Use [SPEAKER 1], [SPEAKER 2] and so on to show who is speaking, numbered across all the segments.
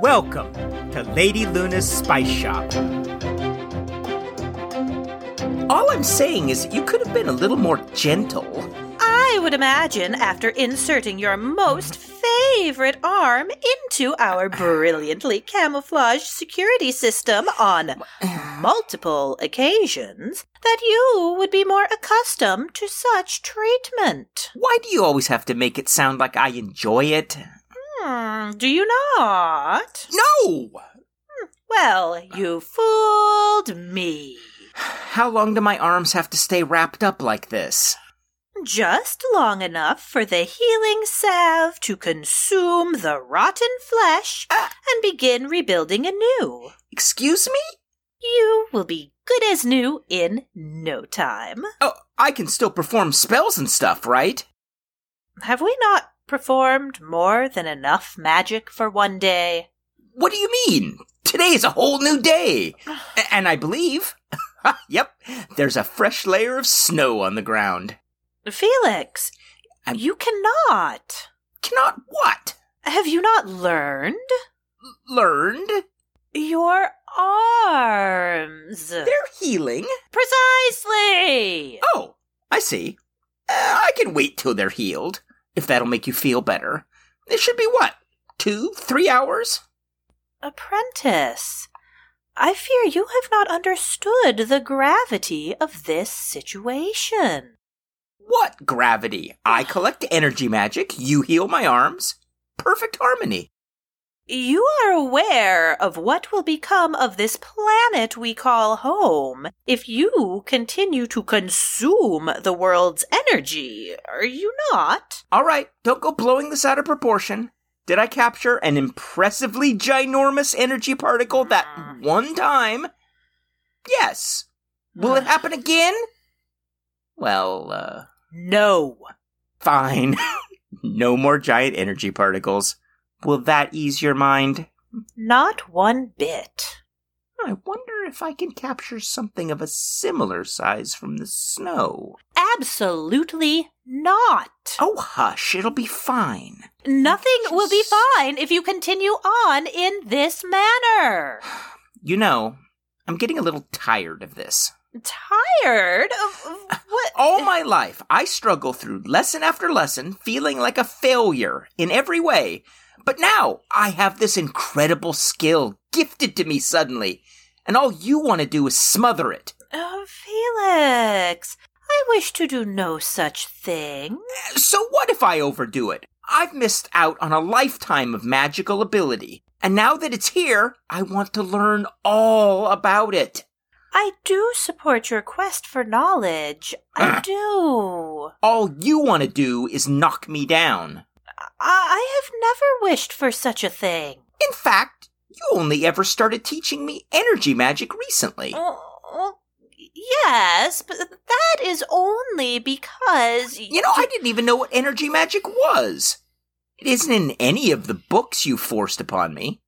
[SPEAKER 1] Welcome to Lady Luna's Spice Shop. All I'm saying is you could have been a little more gentle.
[SPEAKER 2] I would imagine after inserting your most favorite arm into our brilliantly camouflaged security system on multiple occasions that you would be more accustomed to such treatment.
[SPEAKER 1] Why do you always have to make it sound like I enjoy it?
[SPEAKER 2] Hmm, do you not?
[SPEAKER 1] No!
[SPEAKER 2] Well, you fooled me.
[SPEAKER 1] How long do my arms have to stay wrapped up like this?
[SPEAKER 2] Just long enough for the healing salve to consume the rotten flesh and begin rebuilding anew.
[SPEAKER 1] Uh, Excuse me?
[SPEAKER 2] You will be good as new in no time.
[SPEAKER 1] Oh, I can still perform spells and stuff, right?
[SPEAKER 2] Have we not performed more than enough magic for one day?
[SPEAKER 1] What do you mean? Today is a whole new day. A- And I believe. yep, there's a fresh layer of snow on the ground.
[SPEAKER 2] Felix,
[SPEAKER 1] I'm-
[SPEAKER 2] you cannot.
[SPEAKER 1] Cannot what?
[SPEAKER 2] Have you not learned?
[SPEAKER 1] Learned?
[SPEAKER 2] Your arms.
[SPEAKER 1] They're healing.
[SPEAKER 2] Precisely.
[SPEAKER 1] Oh, I see. Uh, I can wait till they're healed, if that'll make you feel better. It should be what? Two, three hours?
[SPEAKER 2] Apprentice, I fear you have not understood the gravity of this situation.
[SPEAKER 1] What gravity? I collect energy magic, you heal my arms. Perfect harmony.
[SPEAKER 2] You are aware of what will become of this planet we call home if you continue to consume the world's energy, are you not?
[SPEAKER 1] All right, don't go blowing this out of proportion. Did I capture an impressively ginormous energy particle that one time? Yes. Will it happen again? Well, uh,
[SPEAKER 2] No.
[SPEAKER 1] fine. no more giant energy particles. Will that ease your mind?
[SPEAKER 2] Not one bit.
[SPEAKER 1] I wonder if I can capture something of a similar size from the snow.
[SPEAKER 2] Absolutely not.
[SPEAKER 1] Oh, hush, it'll be fine.
[SPEAKER 2] Nothing will be fine if you continue on in this manner.
[SPEAKER 1] You know, I'm getting a little tired of this.
[SPEAKER 2] tired of, of what?
[SPEAKER 1] All my life, I struggle through lesson after lesson feeling like a failure in every way. But now I have this incredible skill gifted to me suddenly, and all you want to do is smother it.
[SPEAKER 2] Oh, Felix, I wish to do no such thing.
[SPEAKER 1] So what if I overdo it? I've missed out on a lifetime of magical ability, and now that it's here, I want to learn all about it.
[SPEAKER 2] I do support your quest for knowledge.
[SPEAKER 1] Ah.
[SPEAKER 2] I do.
[SPEAKER 1] All you want to do is knock me down.
[SPEAKER 2] I, I have never wished for such a thing.
[SPEAKER 1] In fact, you only ever started teaching me energy magic recently.
[SPEAKER 2] Oh, yes, but that is only because
[SPEAKER 1] You know, I didn't even know what energy magic was. It isn't in any of the books you forced upon me.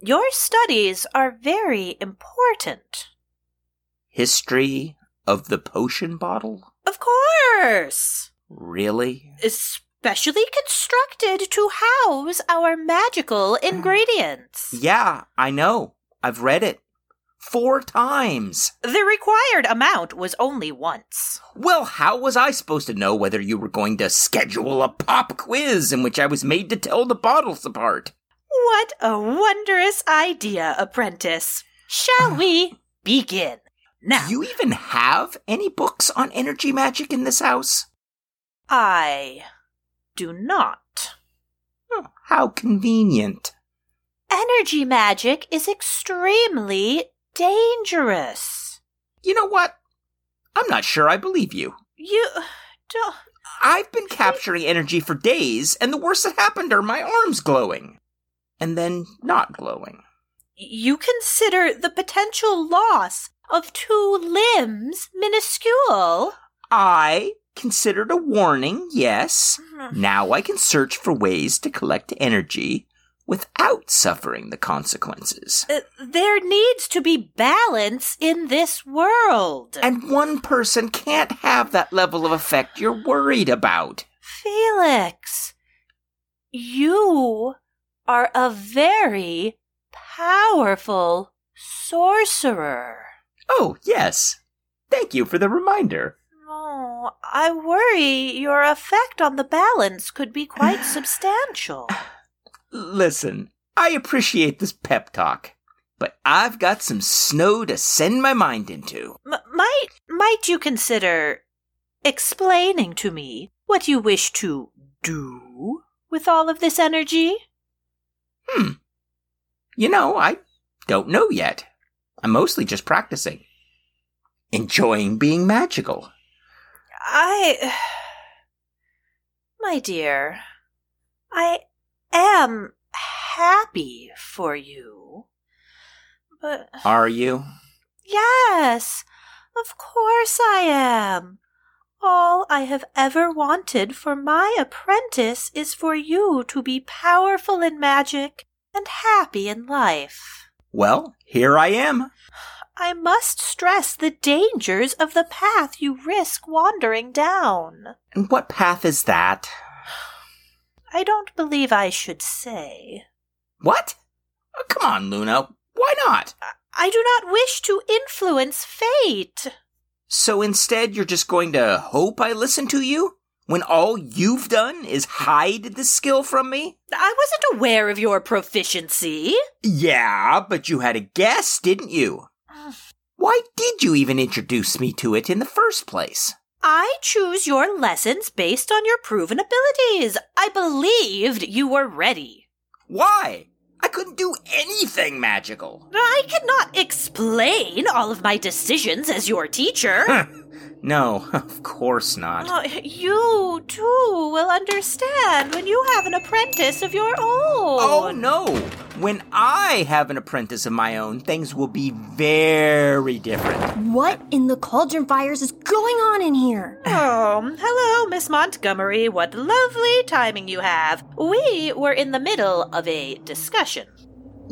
[SPEAKER 2] your studies are very important.
[SPEAKER 1] History of the potion bottle?
[SPEAKER 2] Of course.
[SPEAKER 1] Really?
[SPEAKER 2] especially constructed to house our magical ingredients.
[SPEAKER 1] Mm. Yeah, I know. I've read it. Four times.
[SPEAKER 2] The required amount was only once.
[SPEAKER 1] Well, how was I supposed to know whether you were going to schedule a pop quiz in which I was made to tell the bottles apart?
[SPEAKER 2] What a wondrous idea, apprentice. Shall we begin? Now,
[SPEAKER 1] Do you even have any books on energy magic in this house?
[SPEAKER 2] I do not.
[SPEAKER 1] Oh, how convenient.
[SPEAKER 2] Energy magic is extremely dangerous.
[SPEAKER 1] You know what? I'm not sure I believe you.
[SPEAKER 2] You don't.
[SPEAKER 1] I've been capturing energy for days, and the worst that happened are my arms glowing. And then not glowing.
[SPEAKER 2] You consider the potential loss of two limbs minuscule?
[SPEAKER 1] I considered a warning, yes. Now I can search for ways to collect energy without suffering the consequences.
[SPEAKER 2] Uh, there needs to be balance in this world.
[SPEAKER 1] And one person can't have that level of effect you're worried about.
[SPEAKER 2] Felix, you are a very powerful sorcerer.
[SPEAKER 1] Oh, yes. Thank you for the reminder.
[SPEAKER 2] Oh, I worry your effect on the balance could be quite substantial.
[SPEAKER 1] Listen, I appreciate this pep talk, but I've got some snow to send my mind into.
[SPEAKER 2] M- might might you consider explaining to me what you wish to do with all of this energy?
[SPEAKER 1] You know, I don't know yet. I'm mostly just practicing. Enjoying being magical.
[SPEAKER 2] I My dear, I am happy for you. But
[SPEAKER 1] Are you?
[SPEAKER 2] Yes, of course I am. All I have ever wanted for my apprentice is for you to be powerful in magic and happy in life.
[SPEAKER 1] Well, here I am.
[SPEAKER 2] I must stress the dangers of the path you risk wandering down.
[SPEAKER 1] And what path is that?
[SPEAKER 2] I don't believe I should say.
[SPEAKER 1] What? Oh, come on, Luna. Why not?
[SPEAKER 2] I do not wish to influence fate.
[SPEAKER 1] So instead, you're just going to hope I listen to you? When all you've done is hide the skill from me?
[SPEAKER 2] I wasn't aware of your proficiency.
[SPEAKER 1] Yeah, but you had a guess, didn't you? Why did you even introduce me to it in the first place?
[SPEAKER 2] I choose your lessons based on your proven abilities. I believed you were ready.
[SPEAKER 1] Why? I couldn't do anything magical.
[SPEAKER 2] I cannot explain all of my decisions as your teacher.
[SPEAKER 1] no, of course not.
[SPEAKER 2] Uh, you too will understand when you have an apprentice of your own.
[SPEAKER 1] Oh no! When I have an apprentice of my own, things will be very different.
[SPEAKER 3] What in the cauldron fires is going on in here?
[SPEAKER 2] Oh, hello, Miss Montgomery. What lovely timing you have. We were in the middle of a discussion.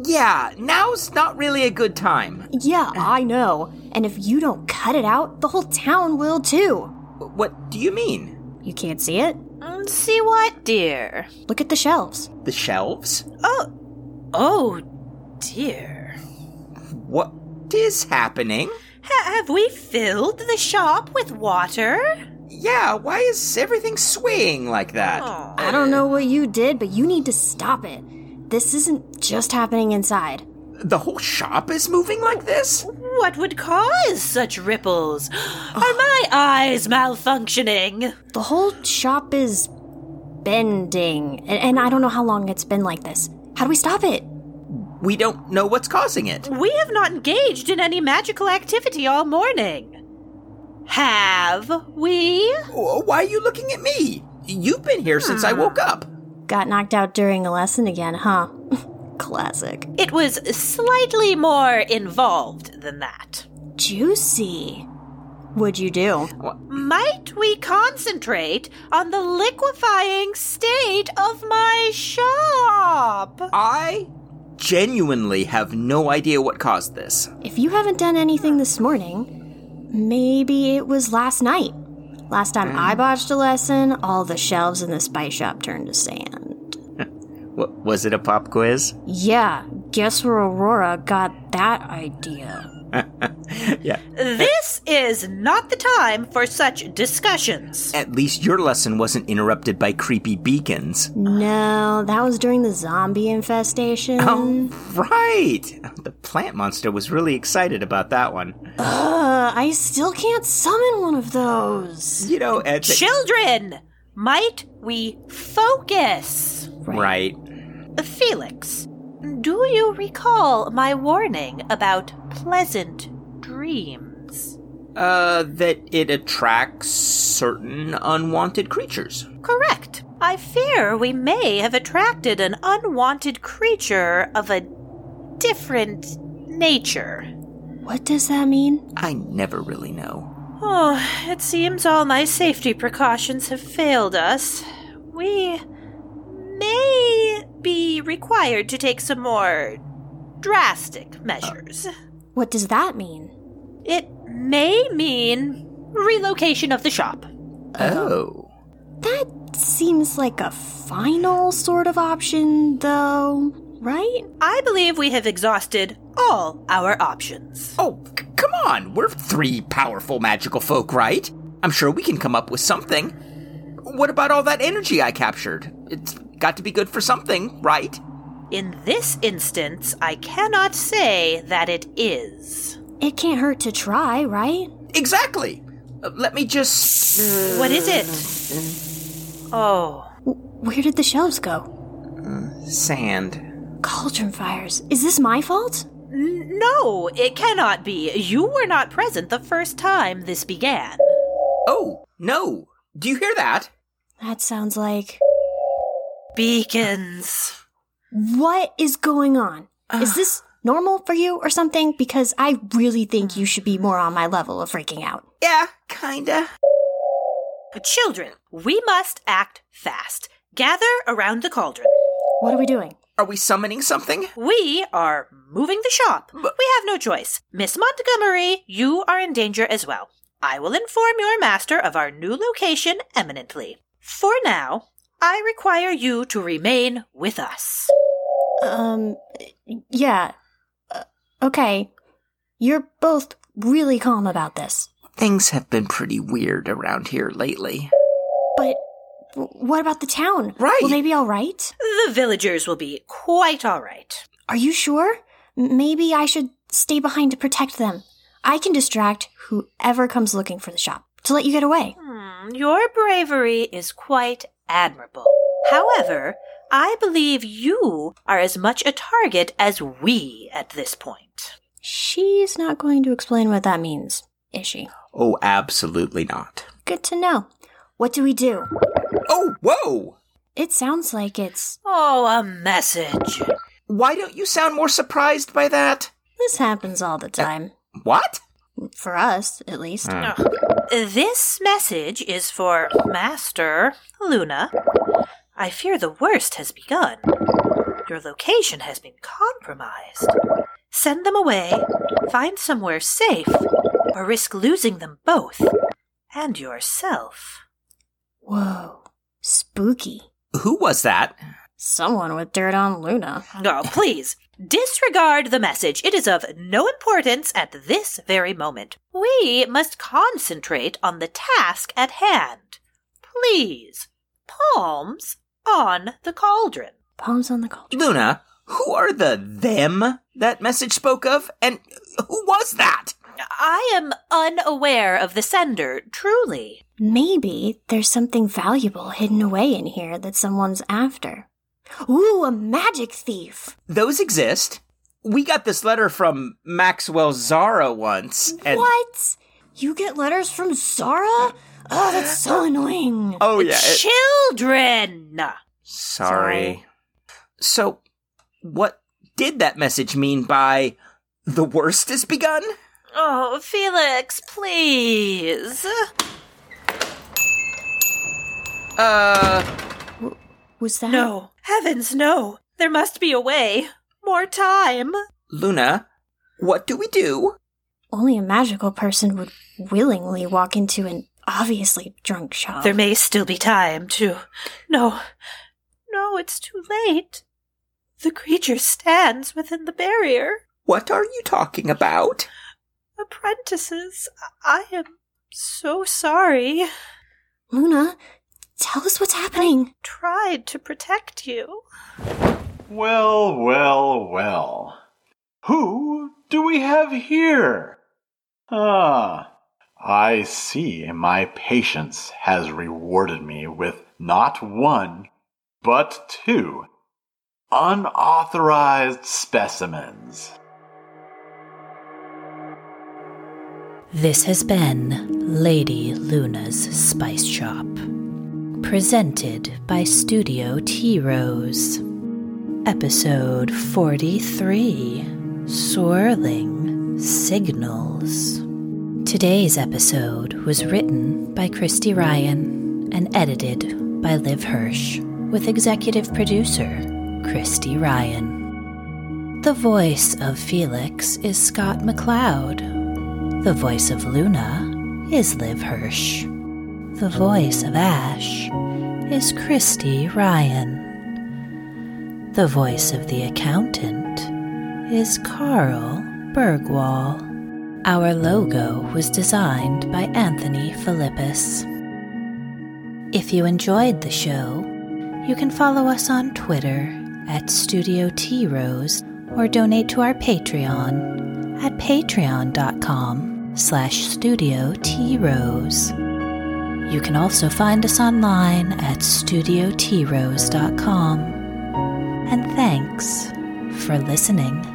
[SPEAKER 1] Yeah, now's not really a good time.
[SPEAKER 3] Yeah, I know. And if you don't cut it out, the whole town will too.
[SPEAKER 1] Wh- What do you mean?
[SPEAKER 3] You can't see it?
[SPEAKER 2] Mm, See what, dear?
[SPEAKER 3] Look at the shelves.
[SPEAKER 1] The shelves?
[SPEAKER 2] Oh, oh, dear.
[SPEAKER 1] What is happening?
[SPEAKER 2] Ha- have we filled the shop with water?
[SPEAKER 1] Yeah, why is everything swaying like that?
[SPEAKER 2] Oh.
[SPEAKER 3] I don't know what you did, but you need to stop it. This isn't just happening inside.
[SPEAKER 1] The whole shop is moving like this?
[SPEAKER 2] What would cause such ripples? Are my eyes malfunctioning?
[SPEAKER 3] The whole shop is bending, and, and I don't know how long it's been like this. How do we stop it?
[SPEAKER 1] We don't know what's causing it.
[SPEAKER 2] We have not engaged in any magical activity all morning. Have we?
[SPEAKER 1] Wh- Why are you looking at me? You've been here since I woke up.
[SPEAKER 3] Got knocked out during a lesson again, huh? Classic.
[SPEAKER 2] It was slightly more involved than that.
[SPEAKER 3] Juicy. What'd you do?
[SPEAKER 2] Might we concentrate on the liquefying state of my shop?
[SPEAKER 1] I genuinely have no idea what caused this.
[SPEAKER 3] If you haven't done anything this morning, maybe it was last night. Last time
[SPEAKER 1] Mm.
[SPEAKER 3] I botched a lesson, all the shelves in the spice shop turned to sand.
[SPEAKER 1] W- was it a pop quiz?
[SPEAKER 3] Yeah, guess where Aurora got that idea?
[SPEAKER 1] yeah.
[SPEAKER 2] This is not the time for such discussions.
[SPEAKER 1] At least your lesson wasn't interrupted by creepy beacons.
[SPEAKER 3] No, that was during the zombie infestation.
[SPEAKER 1] Oh, right. The plant monster was really excited about that one.
[SPEAKER 3] Ugh, I still can't summon one of those.
[SPEAKER 1] You know, uh, at the-
[SPEAKER 2] Children, might we focus?
[SPEAKER 1] right.
[SPEAKER 2] Felix, do you recall my warning about pleasant dreams?
[SPEAKER 1] Uh, that it attracts certain unwanted creatures.
[SPEAKER 2] Correct. I fear we may have attracted an unwanted creature of a different nature.
[SPEAKER 3] What does that mean?
[SPEAKER 1] I never really know.
[SPEAKER 2] Oh, it seems all my safety precautions have failed us. We may be required to take some more drastic measures.
[SPEAKER 3] What does that mean?
[SPEAKER 2] It may mean relocation of the shop.
[SPEAKER 1] Oh.
[SPEAKER 3] That seems like a final sort of option, though. right?
[SPEAKER 2] I believe we have exhausted all our options.
[SPEAKER 1] Oh, c- come on. We're three powerful magical folk, right? I'm sure we can come up with something. What about all that energy I captured? It's got to be good for something, right?
[SPEAKER 2] In this instance, I cannot say that it is.
[SPEAKER 3] It can't hurt to try, right?
[SPEAKER 1] Exactly. Uh, let me just.
[SPEAKER 2] What is it? Oh,
[SPEAKER 3] Where did the shelves go?
[SPEAKER 1] Sand.
[SPEAKER 3] Cauldron fires. Is this my fault?
[SPEAKER 2] n- no, it cannot be. You were not present the first time this began.
[SPEAKER 1] Oh, no. Do you hear that?
[SPEAKER 3] That sounds like.
[SPEAKER 2] Beacons.
[SPEAKER 3] What is going on? Is this normal for you or something? Because I really think you should be more on my level of freaking out.
[SPEAKER 1] Yeah, kinda.
[SPEAKER 2] Children, we must act fast. Gather around the cauldron.
[SPEAKER 3] What are we doing?
[SPEAKER 1] Are we summoning something?
[SPEAKER 2] We are moving the shop. We have no choice. Miss Montgomery, you are in danger as well. I will inform your master of our new location eminently. For now, I require you to remain with us.
[SPEAKER 3] Um, yeah. Uh, okay. You're both really calm about this.
[SPEAKER 1] Things have been pretty weird around here lately.
[SPEAKER 3] But w- what about the town?
[SPEAKER 1] Right.
[SPEAKER 3] Will they be all right?
[SPEAKER 2] The villagers will be quite all right.
[SPEAKER 3] Are you sure? M- Maybe I should stay behind to protect them. I can distract whoever comes looking for the shop to let you get away.
[SPEAKER 2] Hmm, your bravery is quite admirable. However, I believe you are as much a target as we at this point.
[SPEAKER 3] She's not going to explain what that means, is she?
[SPEAKER 1] Oh, absolutely not.
[SPEAKER 3] Good to know. What do we do?
[SPEAKER 1] Oh, whoa!
[SPEAKER 3] It sounds like it's.
[SPEAKER 2] Oh, a message.
[SPEAKER 1] Why don't you sound more surprised by that?
[SPEAKER 3] This happens all the time.
[SPEAKER 1] What?
[SPEAKER 3] For us, at least.
[SPEAKER 1] Hmm.
[SPEAKER 2] Ugh. This message is for Master Luna. I fear the worst has begun. Your location has been compromised. Send them away, find somewhere safe, or risk losing them both and yourself.
[SPEAKER 3] Whoa. Spooky.
[SPEAKER 1] Who was that?
[SPEAKER 3] Someone with dirt on Luna.
[SPEAKER 2] No, please. Disregard the message. It is of no importance at this very moment. We must concentrate on the task at hand. Please. Palms on the cauldron.
[SPEAKER 3] Palms on the cauldron.
[SPEAKER 1] Luna, who are the them that message spoke of? And who was that?
[SPEAKER 2] I am unaware of the sender, truly.
[SPEAKER 3] Maybe there's something valuable hidden away in here that someone's after. Ooh, a magic thief!
[SPEAKER 1] Those exist. We got this letter from Maxwell Zara once. And
[SPEAKER 3] what? You get letters from Zara? Oh, that's so annoying.
[SPEAKER 1] Oh, yeah. it-
[SPEAKER 2] Children!
[SPEAKER 1] Sorry. So, what did that message mean by the worst has begun?
[SPEAKER 2] Oh, Felix, please.
[SPEAKER 1] Uh,
[SPEAKER 3] Was that?
[SPEAKER 2] No. Heavens, no. There must be a way. More time.
[SPEAKER 1] Luna, what do we do?
[SPEAKER 3] Only a magical person would willingly walk into an obviously drunk shop.
[SPEAKER 2] There may still be time to. No, no, it's too late. The creature stands within the barrier.
[SPEAKER 1] What are you talking about?
[SPEAKER 2] Apprentices, I I am so sorry.
[SPEAKER 3] Luna, tell us what's happening.
[SPEAKER 2] Tried to protect you.
[SPEAKER 4] Well, well, well. Who do we have here? Ah, I see my patience has rewarded me with not one, but two unauthorized specimens.
[SPEAKER 5] This has been Lady Luna's Spice Shop, presented by Studio T Rose. Episode 43 Swirling Signals. Today's episode was written by Christy Ryan and edited by Liv Hirsch, with executive producer Christy Ryan. The voice of Felix is Scott McLeod. The voice of Luna is Liv Hirsch. The voice of Ash is Christy Ryan. The voice of the accountant is Carl Bergwall. Our logo was designed by Anthony Philippus. If you enjoyed the show, you can follow us on Twitter at Studio T Rose or donate to our Patreon at patreon.com slash studio T Rose. You can also find us online at studiotrose.com. And thanks for listening.